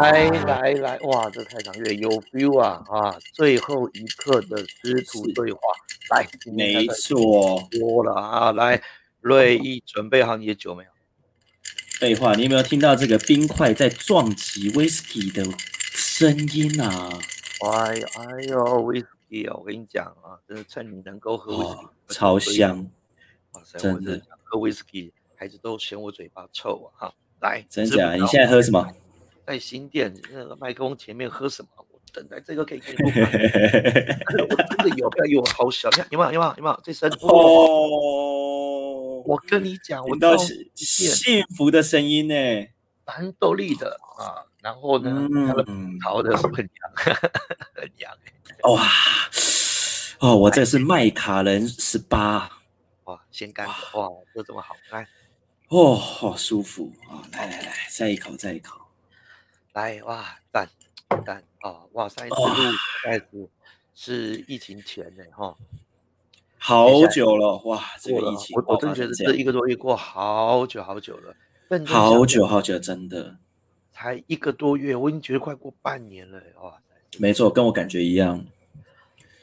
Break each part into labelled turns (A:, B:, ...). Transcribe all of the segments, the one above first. A: 来来来，哇，这太长月有 feel 啊啊！最后一刻的师徒
B: 是
A: 对话，来，今天
B: 没
A: 太
B: 错，
A: 多了啊！来，瑞一，准备好你的酒没有？
B: 废话，你有没有听到这个冰块在撞击 whisky 的声音啊？
A: 哎呀哎呦，whisky 哦，我跟你讲啊，真的趁你能够喝 whisky，、
B: 哦，超！香，
A: 哇塞，
B: 真
A: 我真的
B: 的
A: 想喝 whisky，孩子都嫌我嘴巴臭啊！哈，来，
B: 真
A: 知不
B: 假？
A: 知
B: 你
A: 道
B: 现在喝什 么？
A: 在新店那个麦克风前面喝什么？我等待这个可以给你喝。我真的有，不要以为我好小，你看有没有？有没有？有没有？这声哦，
B: 哦，
A: 我跟你讲，我
B: 听到
A: 到
B: 幸幸福的声音呢。
A: 蛮豆粒的啊，然后呢，它的
B: 嗯，
A: 桃的是 不是很洋，很洋欸
B: 哇，哦，我这是麦卡伦十八，
A: 哇，先干的哇，就这么好，来
B: 哦，好舒服啊！来来来，再一口，再一口。
A: 来哇，赞赞啊，哇，上一次
B: 哇
A: 录大概是是疫情前呢哈，
B: 好久了，哇，这
A: 过
B: 个
A: 了
B: 疫，情
A: 我我
B: 爆
A: 真
B: 发
A: 觉
B: 成
A: 得
B: 这
A: 这一
B: 样，
A: 个多月过好久好久了，认真想
B: 好
A: 想
B: 久好久，真的，
A: 才一个多月，我已经觉得快过半年了欸，哇塞！真的
B: 没错，跟我感觉一样。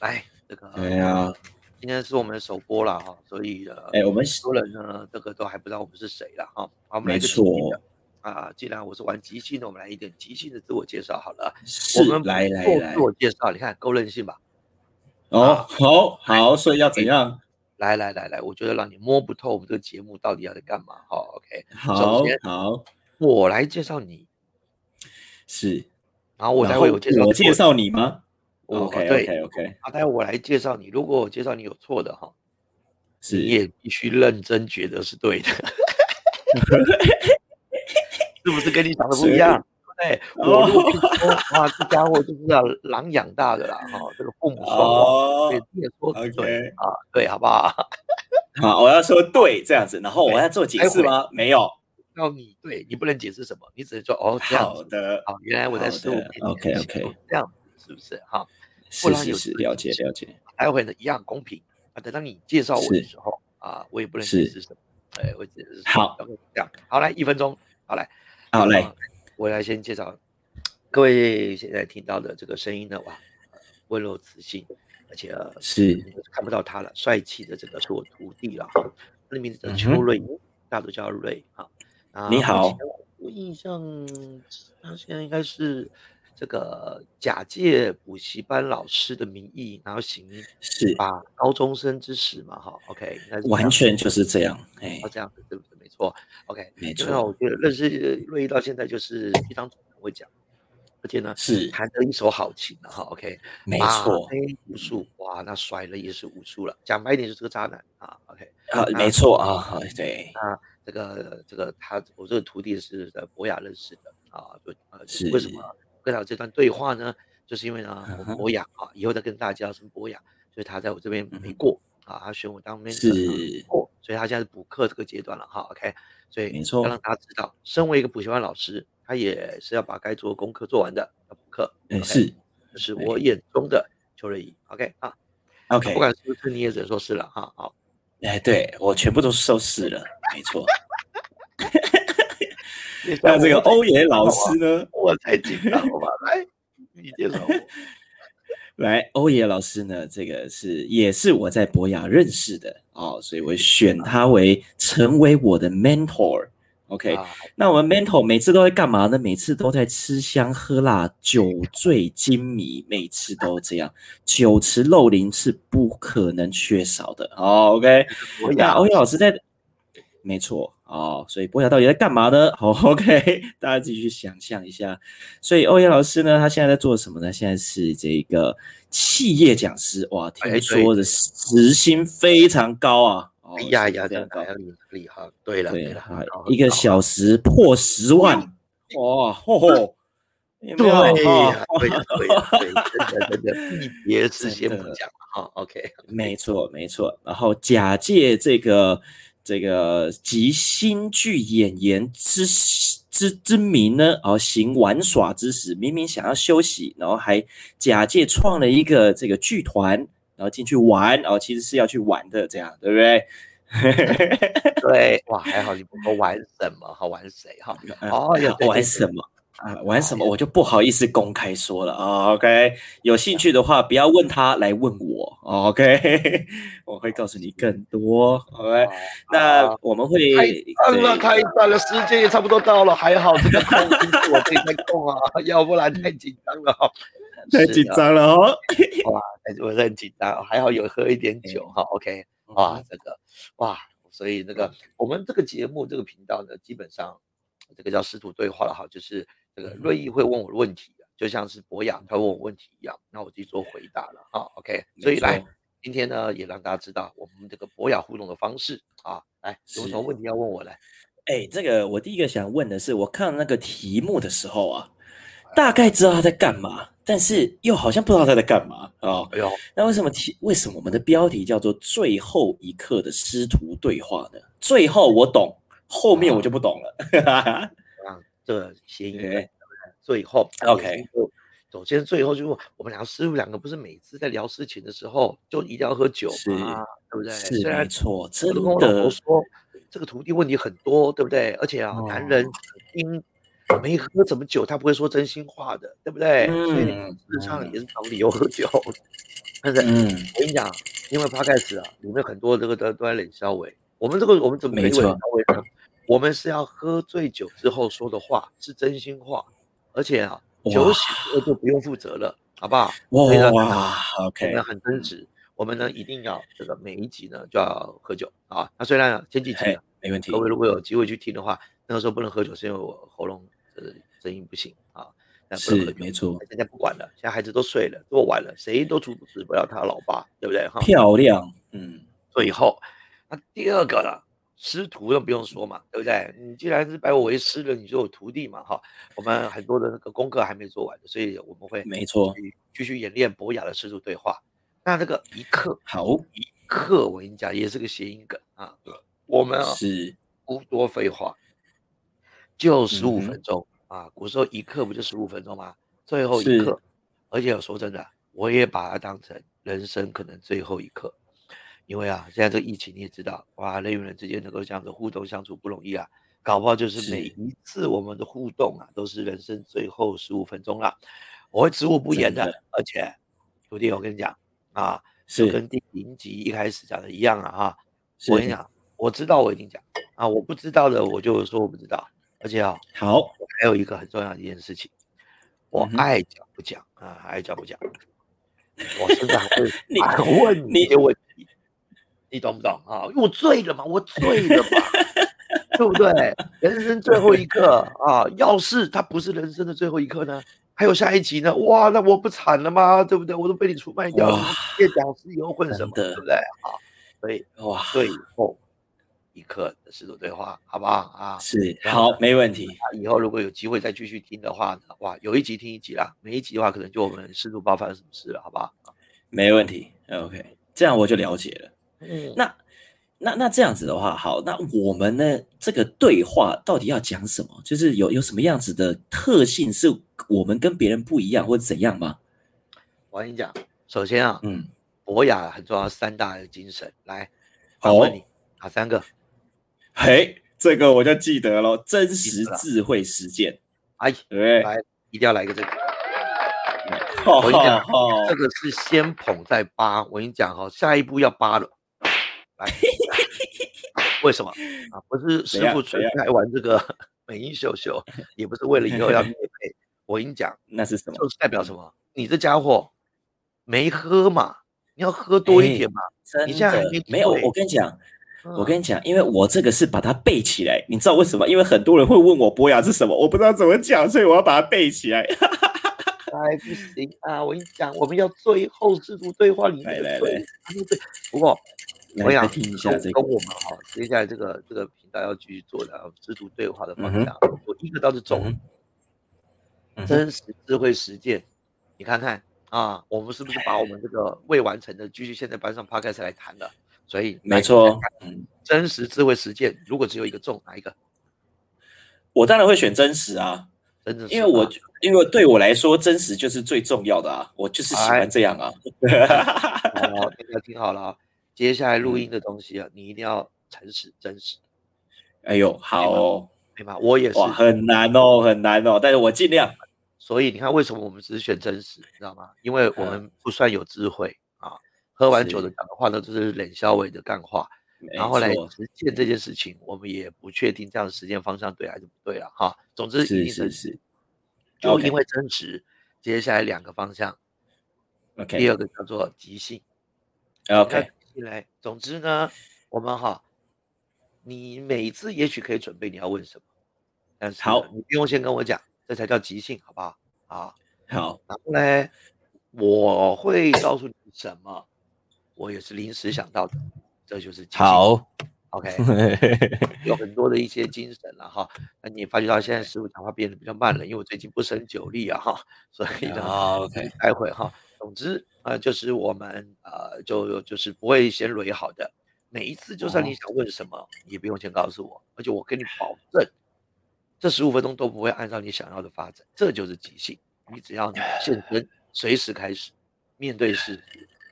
A: 来这个，
B: 对呀，
A: 今天是我们的首播了哈，所以呃，
B: 哎，我们
A: 很多人呢，这个都还不知道我们是谁了哈。好，我们
B: 没
A: 来一个
B: 错
A: 即，兴的啊，既然我是玩即兴的，我们来一点即兴的自我介绍好了。
B: 是
A: 我们不
B: 来来
A: 做啊
B: 来
A: 自，我介绍，你看够任性吧？
B: 哦，好好，所以要怎样？
A: 来来来来，我觉得让你摸不透我们这个节目到底要在干嘛哈。OK，
B: 好
A: 哎先
B: 好
A: 我来介绍你，
B: 是，
A: 然后我
B: 然
A: 待
B: 后
A: 会有介绍
B: 我
A: 错
B: 介
A: 的
B: 绍你吗
A: 我
B: ？OK
A: 对
B: OK OK，
A: 啊，待会我来介绍你。如果我介绍你有错的哈，你
B: 是，
A: 也必须认真觉得是 对的，是不是跟你想的不一样？对，我如
B: 哦
A: 果跟你说啊，这家伙就是要狼养大的啦，哈、这个父母双亡，
B: 哦
A: 对，你也说得对
B: ，OK，
A: 啊，对，好不好？
B: 好，我要说对这样子，然后我要做解释吗？没有，
A: 要你对你不能解释什么，你只能说哦这样
B: 好
A: 子，
B: 的，
A: 好，原来我在
B: 好
A: 十五
B: 的
A: 年前
B: ，OK，OK
A: 是这样子是不是？哈、不
B: 是
A: 然
B: 是
A: 有
B: 是，
A: 自
B: 了
A: 己
B: 解了解，
A: 待会呢一样公平啊。等到你介绍我的
B: 是
A: 时候啊，我也不能解
B: 是
A: 释什么，哎，我只是
B: 好
A: 这样。好，来一分钟，好来，
B: 好嘞，来
A: 啊，我来先介绍各位现在听到的这个声音呢，哇，呃温柔磁性，而且呃
B: 是
A: 看不到他了，帅气的这个是我徒弟了哈，他的名字叫
B: 嗯
A: 邱
B: 哼
A: 瑞英，大家都叫瑞啊。啊
B: 你
A: 目
B: 好
A: 前我印象他现在应该是这个假借补习班老师的名义，然后行
B: 是，
A: 把高中生之实嘛，哈，OK，应啊该是这
B: 完
A: 样哦啊
B: 全就是这样，哎
A: 要，这样子，对不对？没错，OK，
B: 没
A: 基本上
B: 错，
A: 我觉得认识瑞一到现在就是非常会讲，而且呢
B: 是
A: 弹得一手好琴了哈，OK，
B: 没
A: 把
B: 错，
A: 妹无数，哇，那甩了也是无数了，讲白一点就是个渣男啊，OK，
B: 啊，没错啊，好对，
A: 这个这个他我这个徒弟是在博雅认识的啊，就呃就是为什么跟他有这段对话呢？就是因为呢
B: 嗯
A: 我
B: 哼
A: 博雅啊，以后再跟大家说博雅，所以他在我这边没过啊，他选我当 mentor
B: 嗯是
A: 过，所以他现在是补课这个阶段了哈，OK，所以
B: 没错
A: 要让大家知道，身为一个补习班老师，他也是要把该做的功课做完的，要补课
B: 嗯
A: ，OK，
B: 是哎
A: 这是我眼中的邱瑞仪，OK 啊，
B: ，OK，
A: 不管是不是你也只能说是了哈，好。
B: 哎，对我全部都收拾了，没 错。那
A: 像
B: 这个
A: 我在
B: 欧野老师呢？
A: 哦我才紧张好吧？来，你介 绍我。
B: 来，欧野老师呢，这个是也是我在博雅认识的哦，所以我
A: 啊
B: 选他为成为我的 mentor。OK，、
A: 啊
B: 那我们 mentor 每次都在干嘛呢？每次都在吃香喝辣，酒醉金迷，每次都这样，酒池肉林是不可能缺少的哦。OK，
A: 博
B: 那
A: 雅
B: 欧阳老师在，没错哦，所以博雅到底在干嘛呢？好，OK，大 家自己去想象一下。所以欧阳老师呢，他现在在做什么呢？现在是这个企业讲师，哇，
A: 哎对
B: 听说的时薪非常高啊，哦
A: 哎呀
B: 时薪
A: 呀，
B: 非
A: 这
B: 常
A: 哪
B: 高
A: 要，你厉害？对了
B: 对
A: 了
B: 啊，，
A: 好
B: 一个
A: 好
B: 小时破十万，哇，吼吼，有没
A: 对哎啊
B: 有
A: 呀，
B: 哦
A: 对呀，对呀，对呀，真的真 的，一别之先不
B: 真的
A: 讲了哈。OK，
B: 没错，没错。然后假借这个这个集新剧演员之之之名呢，然后行玩耍之实，明明想要休息，然后还假借创了一个这个剧团，然后进去玩，然后其实是要去玩的，这样对不对？
A: 对，哇，还好你不说玩什么哈，玩谁哈？哦，
B: 啊
A: 有对对
B: 玩
A: 对哦
B: 什么？啊，玩什么我就不好意思公开说了啊。OK，有兴趣的话不要问他，来问我。OK，我 会告诉你更多。OK，那
A: 啊
B: 我们会
A: 开战了，
B: 对
A: 哎开战了，时间也差不多到了，还好这个空是我自己在空啊， 要不然太紧张了哈。
B: 太紧张了哦。
A: 是啊哇，我是很紧张，哦还好有喝一点酒哈。OK，哇，
B: 嗯
A: 这个哇，所以那个我们这个节目这个频道呢，基本上这个叫师徒对话了哈，就是这
B: 嗯
A: 个瑞毅会问我问题的，啊就像是博雅他问我问题一样，那我去做回答了哈。OK，所以来
B: 没错，
A: 今天呢也让大家知道我们这个博雅互动的方式啊，来有什么
B: 是
A: 问题要问我嘞？
B: 哎，这个我第一个想问的是，我看那个题目的时候啊，大概知道他在干嘛，但是又好像不知道他在干嘛啊。哦
A: 哎呦，
B: 那为什么题？为什么我们的标题叫做“最后一刻的师徒对话”呢？最后我懂，后面我就不懂了。
A: 这谐音梗
B: 对
A: 最后
B: OK。
A: 首先，最后就是我们两个师傅两个不是每次在聊事情的时候就一定要喝酒
B: 是
A: 吗？对不对？
B: 是
A: 虽
B: 没
A: 然
B: 错，真
A: 我都跟我老
B: 的
A: 婆说，这个徒弟问题很多，对不对？而且啊，男
B: 哦
A: 人因没喝什么酒，他不会说真心话的，对不对？所以
B: 嗯
A: 事实上也是找理由喝酒。 但是
B: 嗯，
A: 我跟你讲，因为 podcast 啊，里面很多这个都都在冷笑伟。我们这个我们怎么可以
B: 没
A: 冷
B: 错
A: 笑伟呢？我们是要喝醉酒之后说的话，是真心话，而且啊，
B: 哇
A: 酒醒了就不用负责了，好不好？所以呢
B: 哇哇
A: 我
B: ，OK，
A: 们很真实，我们呢一定要这个每一集呢就要喝酒啊。那虽然啊前几集
B: 嘿
A: 啊，
B: 没问题
A: 各。位如果有机会去听的话，那个时候不能喝酒是因为我喉咙呃声音不行啊，那不能喝
B: 是
A: 酒。
B: 没错，
A: 现在不管了，现在孩子都睡了，做晚了，谁都阻止不了他老爸，对不对哈？
B: 漂亮，嗯，
A: 最后，那第二个了，师徒那不用说嘛，对不对？你既然是拜我为师了，你就有徒弟嘛，哈。我们很多的那个功课还没做完，所以我们会
B: 没错。
A: 去继续演练博雅的师徒对话。那这个一刻
B: 好，
A: 一刻，我跟你讲，也是个谐音梗啊。我们啊，
B: 是
A: 不多废话，就十五
B: 嗯哼
A: 分钟、啊。古时候一刻不就十五分钟吗？最后一
B: 是
A: 刻，而且我说真的，我也把它当成人生可能最后一刻，因为啊，现在这个疫情你也知道，哇，人与人之间能够这样子互动相处不容易啊。搞不好就是每
B: 是
A: 一次我们的互动啊，都是人生最后十五分钟了。我会知无不言的，
B: 真
A: 而且，徒弟，我跟你讲啊，就是跟第零集一开始讲的一样啊，哈、
B: 是
A: 我跟你讲，我知道我一定讲啊，我不知道的我就说我不知道。而且啊，
B: 好，
A: 还有一个很重要的一件事情，我
B: 嗯哼
A: 爱讲不讲啊，爱讲不讲，我甚至还会
B: 你
A: 还问你
B: 你
A: 一些问题，你懂不懂啊？因为我醉了嘛，我醉了嘛，对不对？人生最后一刻啊，要是它不是人生的最后一刻呢？还有下一集呢？哇，那我不惨了吗？对不对？我都被你出卖掉了，
B: 哇
A: 你也讲师以后混
B: 真
A: 什么？
B: 的
A: 对不对？啊，所以
B: 哇，
A: 最后一刻的十度对话，好不好啊？
B: 是
A: 然后
B: 好，没问题。
A: 以后如果有机会再继续听的话呢，哇，有一集听一集啦，每一集的话可能就我们适度爆发生什么事了，好不好？
B: 没问题，OK，这样我就了解了。
A: 嗯，
B: 那那那这样子的话，好，那我们呢这个对话到底要讲什么？就是有有什么样子的特性是我们跟别人不一样，或者怎样吗？
A: 我跟你讲，首先啊，
B: 嗯，
A: 博雅很重要三大的精神，来，
B: 好
A: 我问你哪三个？
B: 嘿，这个我就记得了，真实
A: 得了
B: 智慧实践，
A: 哎，
B: 对不对？
A: 来一定要来一个这个，
B: 我
A: 跟你讲这
B: 哦，
A: 个是先捧再扒。我跟你讲哦，下一步要扒了，来， 为什么啊？不是师
B: 怎样
A: 傅
B: 怎
A: 纯
B: 样
A: 爱玩这个 美音秀秀，也不是为了以后要 灭配。我跟你讲，
B: 那是什么？
A: 就是代表什么？你这家伙没喝嘛，你要喝多一
B: 哎
A: 点嘛。
B: 真
A: 你现在还
B: 的
A: 没
B: 没有，
A: 对
B: 我跟你讲，我
A: 嗯
B: 跟你讲，因为我这个是把它背起来，你知道为什么？因为很多人会问我博雅是什么，我不知道怎么讲，所以我要把它背起来。
A: 哎不行啊！我跟你讲，我们要最后师徒对话里面
B: 来
A: 的
B: 来
A: 最
B: 来
A: 他们最不过我
B: 来
A: 想
B: 来听一下
A: 跟
B: 这
A: 跟
B: 个，
A: 我们哈，接下来这个这个频道要继续做的师徒对话的方
B: 嗯哼
A: 向，啊我一个倒是走
B: 嗯哼
A: 真实智慧实践，你看看啊，我们是不是把我们这个未完成的继续现在搬上 podcast 来谈了？所以来
B: 没，错，嗯，
A: 真实智慧实践，如果只有一个中，哪一个？
B: 我当然会选真实啊，
A: 真的是
B: 因为我
A: 啊
B: 就因为对我来说，真实就是最重要的啊，我就是喜
A: 哎
B: 欢这样啊。
A: 好，哦大家听好了啊，
B: 嗯
A: 接下来录音的东西啊，你一定要诚实真实。
B: 哎呦，好哦，
A: 对吗？我也是，
B: 哇，很难哦，很难哦，但是我尽量。
A: 所以你看为什么我们只选真实，你知道吗？因为我
B: 嗯
A: 们不算有智慧啊，喝完酒的讲的话呢，就是冷笑伟的干话，然后来
B: 没错
A: 实践这件事情，我们也不确定这样的实践方向对还是不对了哈。总之，一
B: 是
A: 定
B: 是
A: 真实，
B: 是
A: 就
B: OK
A: 因为真实，接下来两个方向，第
B: ，OK
A: 二个叫做即兴。那
B: OK，
A: 进来，总之呢，我们哈，你每一次也许可以准备你要问什么，但是呢
B: 好
A: 你不用先跟我讲，这才叫即兴，好不好？啊，
B: 好，
A: 然后呢，我会告诉你什么，我也是临时想到的，这就是即兴。
C: 好，
A: ，OK，有 很多的一些精神了、哈。那你也发觉到现在师傅讲话变得比较慢了，因为我最近不胜酒力啊哈，所以呢，
C: 好，OK，
A: 待会哈。总之啊、呃就是我们呃，就就是不会先捋好的。每一次，就算你想问什么，你也不用先告诉我，而且我跟你保证，这十五分钟都不会按照你想要的发展，这就是即兴。你只要你现身，随时开始，面对失误，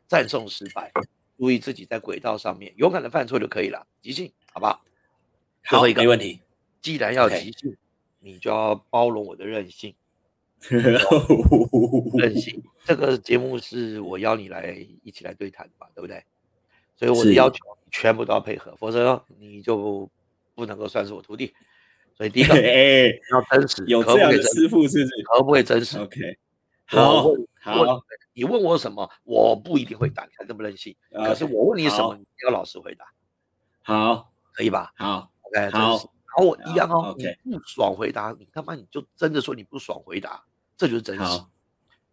A: 赞颂失败，注意自己在轨道上面，勇敢的犯错就可以了。即兴，好不好？最
B: 好，
A: 后一个
B: 没问题。
A: 既然要
B: OK
A: 即兴你就要包容我的任性。任性。这个节目是我邀你来一起来对谈的嘛，对不对？所以我的
B: 是
A: 要求你全部都要配合，否则你就不能够算是我徒弟。所以第一个
B: 哎，
A: 要真实，
B: 有
A: 可不
B: 这样
A: 可以
B: 的
A: 真
B: 师
A: 实？
B: 傅是不是
A: 可不可以真实？
B: ？OK，
A: 啊我
B: 好
A: 问
B: 好，
A: 你问我什么，我不一定会答，你看这么任性。可是
B: OK，
A: 我问你什
B: 好
A: 么，你要老实回答，
B: 好
A: 可以吧
B: 好
A: ？OK，真实
B: 好。
A: 然后我一样
B: 好
A: 哦，
B: ，OK
A: 你不爽回答，你他妈你就真的说你不爽回答，这就是真实
B: 好。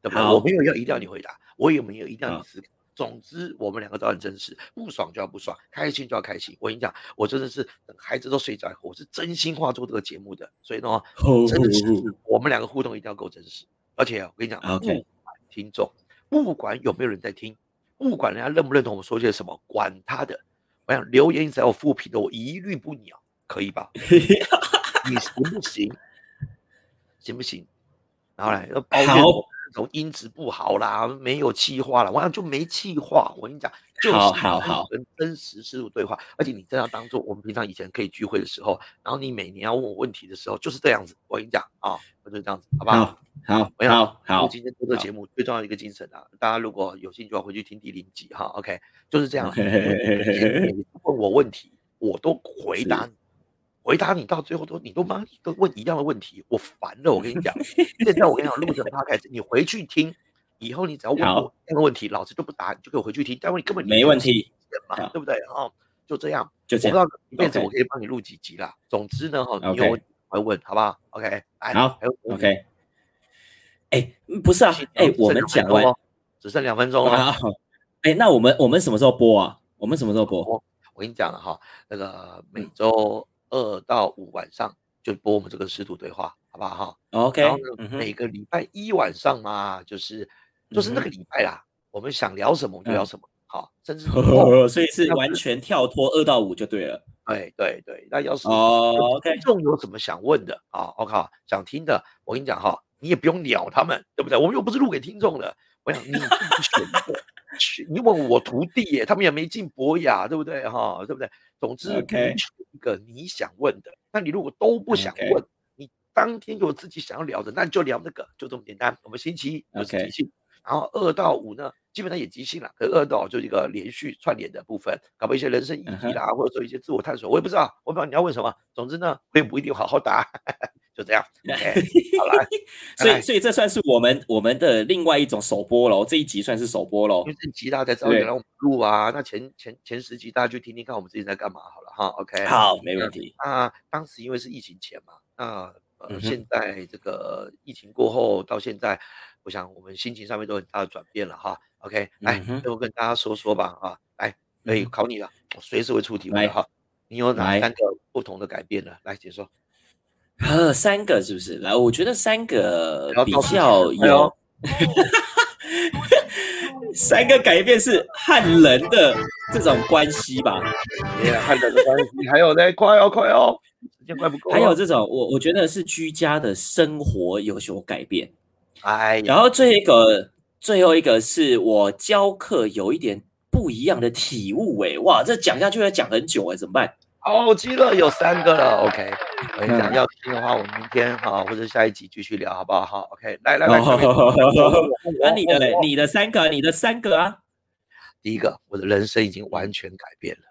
A: 对吧？
B: 好
A: 我没有要一定要你回答，我也没有一定要
B: 好
A: 你思考。总之，我们两个都很真实，不爽就要不爽，开心就要开心。我跟你讲，我真的是等孩子都睡着以后，我是真心话做这个节目的。所以呢，
B: 好，
A: 真实，我们两个互动一定要够真实。而且啊我跟你讲
B: 嗯啊 OK
A: 不管听众，不管有没有人在听，不管人家认不认同我们说些什么，管他的。我想留言只要有负评的，我一律不鸟，可以 吧？你行不行？行不行？然后来 要抱怨
B: 好
A: 我那种音质不好啦，没有气化啦，我想就没气化。我跟你讲，就是
B: 好好好
A: 跟真实深入对话，而且你真要当做我们平常以前可以聚会的时候，然后你每年要问我问题的时候就是这样子。我跟你讲啊，我就是这样子，好不好？
B: 好好
A: 我想
B: 好好
A: 录今天做这个节目最重要的一个精神啊，大家如果有兴趣的话，回去听第零集哈。OK，就是这样。 你问我问题，我都回答你，回答你到最后都你都妈都问一样的问题，我烦了。我跟你讲，现在我跟你讲，录成 podcast，你回去听，以后你只要问
B: 好
A: 我那个问题，老师就不答，你就给我回去听。但问你根本
B: 没问题，好
A: 嘛，对不对？哦，就这样。
B: 就
A: 我
B: 这
A: 不知
B: 样。
A: 道一辈子
B: OK
A: 我可以帮你录几集啦。总之呢，哈，你
B: OK
A: 有问题我会问，好不好？OK，来，
B: 好
A: 还有我们
B: OK，哎，不是啊，哎，我们讲完
A: 只剩两分钟哦了。
B: 啊，哎，那我们我们什么时候播啊？我们什么时候播？
A: 我跟你讲了哈，那
B: 嗯
A: 个每周二到五晚上就播我们这个师徒对话，好不好哈？
B: OK，
A: 然后呢，
B: 嗯哼嗯
A: 每个礼拜一晚上嘛，就是就是那个礼拜啦，我们想聊什么我们就聊什么，好，甚 至
B: 所以是完全跳脱二到五就对了。
A: 对哎对对，那要是
B: 哦
A: 有
B: ，OK，
A: 听众有什么想问的啊，我靠，想听的，我跟你讲哈，你也不用鸟他们，对不对？我们又不是录给听众的，我想你自己选择选，你问我徒弟耶，他们也没进博雅，对不对哈？对不对？总之
B: OK
A: 你选一个你想问的，那你如果都不想
B: OK
A: 问，你当天有自己想要聊的，那你就聊那个，就这么简单。我们星期一就是
B: OK
A: 即兴然后二到五呢，基本上也即兴了，可是二到五就是一个连续串联的部分，搞不好一些人生意
B: 嗯
A: 义
B: 哼
A: 啦，或者说一些自我探索，我也不知道，我不知道你要问什么。总之呢，我也不一定好好答， 就 这样。OK，好啦，哎
B: 所以所以这算是我们我们的另外一种首播喽，这一集算是首播喽
A: 因为。这集大家才知道
B: 对
A: 原来我们录啊，那前前前十集大家去听听看我们自己在干嘛好了哈。OK，
B: 好，没问题。
A: 那当时因为是疫情前嘛，那
B: 嗯
A: 呃，
B: 哼
A: 现在这个疫情过后到现在，我想我们心情上面都很大的转变了哈。OK，来
B: 嗯，哼
A: 最后跟大家说说吧啊，来，可以
B: 嗯
A: 考你了，我随时会出题目的
B: 来
A: 哈。你有哪
B: 来
A: 三个不同的改变呢？来，解说。
B: 呃，三个是不是？来，我觉得三个
A: 然后
B: 比
A: 到时
B: 较
A: 哎
B: 有
A: 呦，
B: 三个改变是汉人的这种关系吧，
A: 也看到的关系，还有呢，快哦，快哦，时间快不够了。
B: 还有这种我我觉得是居家的生活有所改变。
A: 哎呀，
B: 然后最后一个，最后一个是我教课有一点不一样的体悟、欸，哇，这讲下去要讲很久哎、怎么办？
A: 好极了，有三个了。OK，我跟你讲，要听的话，我们明天哈、或者下一集继续聊，好不好？好，OK，来来来，小明
B: 那你的嘞？你的三个，你的三个啊，
A: 第一个，我的人生已经完全改变了；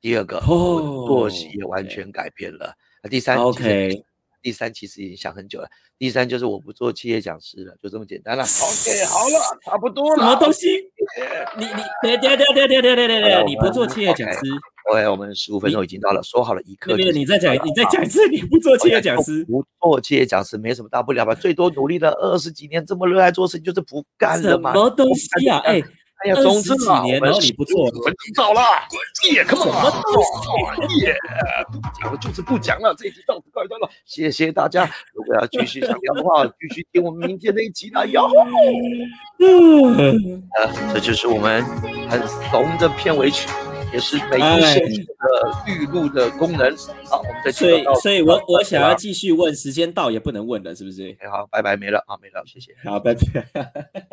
A: 第二个，我的
B: 哦
A: 作息也完全改变了；啊第三
B: OK
A: 其实第三其实已经想很久了。第三就是我不做企业讲师了，就这么简 单了。OK，好了，差不多
B: 什么
A: 了。
B: 东西？你你等等等等等等等
A: 好了
B: 等，你不做企业讲师，
A: OK，我们十五分钟已经到了，说好了一
B: 那
A: 刻就
B: 边
A: 是。
B: 你再讲，你再讲一次，你不做企业讲师，
A: 不做企业讲师没什么大不了吧？最多努力了二十几年，这么热爱做事情，就是不干
B: 什
A: 了嘛。
B: 么东西啊？哎，
A: 哎呀，总之
B: 20几年然后你不做
A: 我们早了，也干嘛？也不讲了，就是不讲了，这一集到此告一段落，谢谢大家。如果要继续想聊的话，继续听我们明天那一集啦。哟，
B: 嗯
A: 呃，这就是我们很怂的片尾曲，也是美国现实的绿路的功能。好，我们再
B: 所以所以我我想要继续问，时间到也不能问了，是不是？
A: 好，拜拜，没了啊，没了，谢谢。
B: 好，拜拜。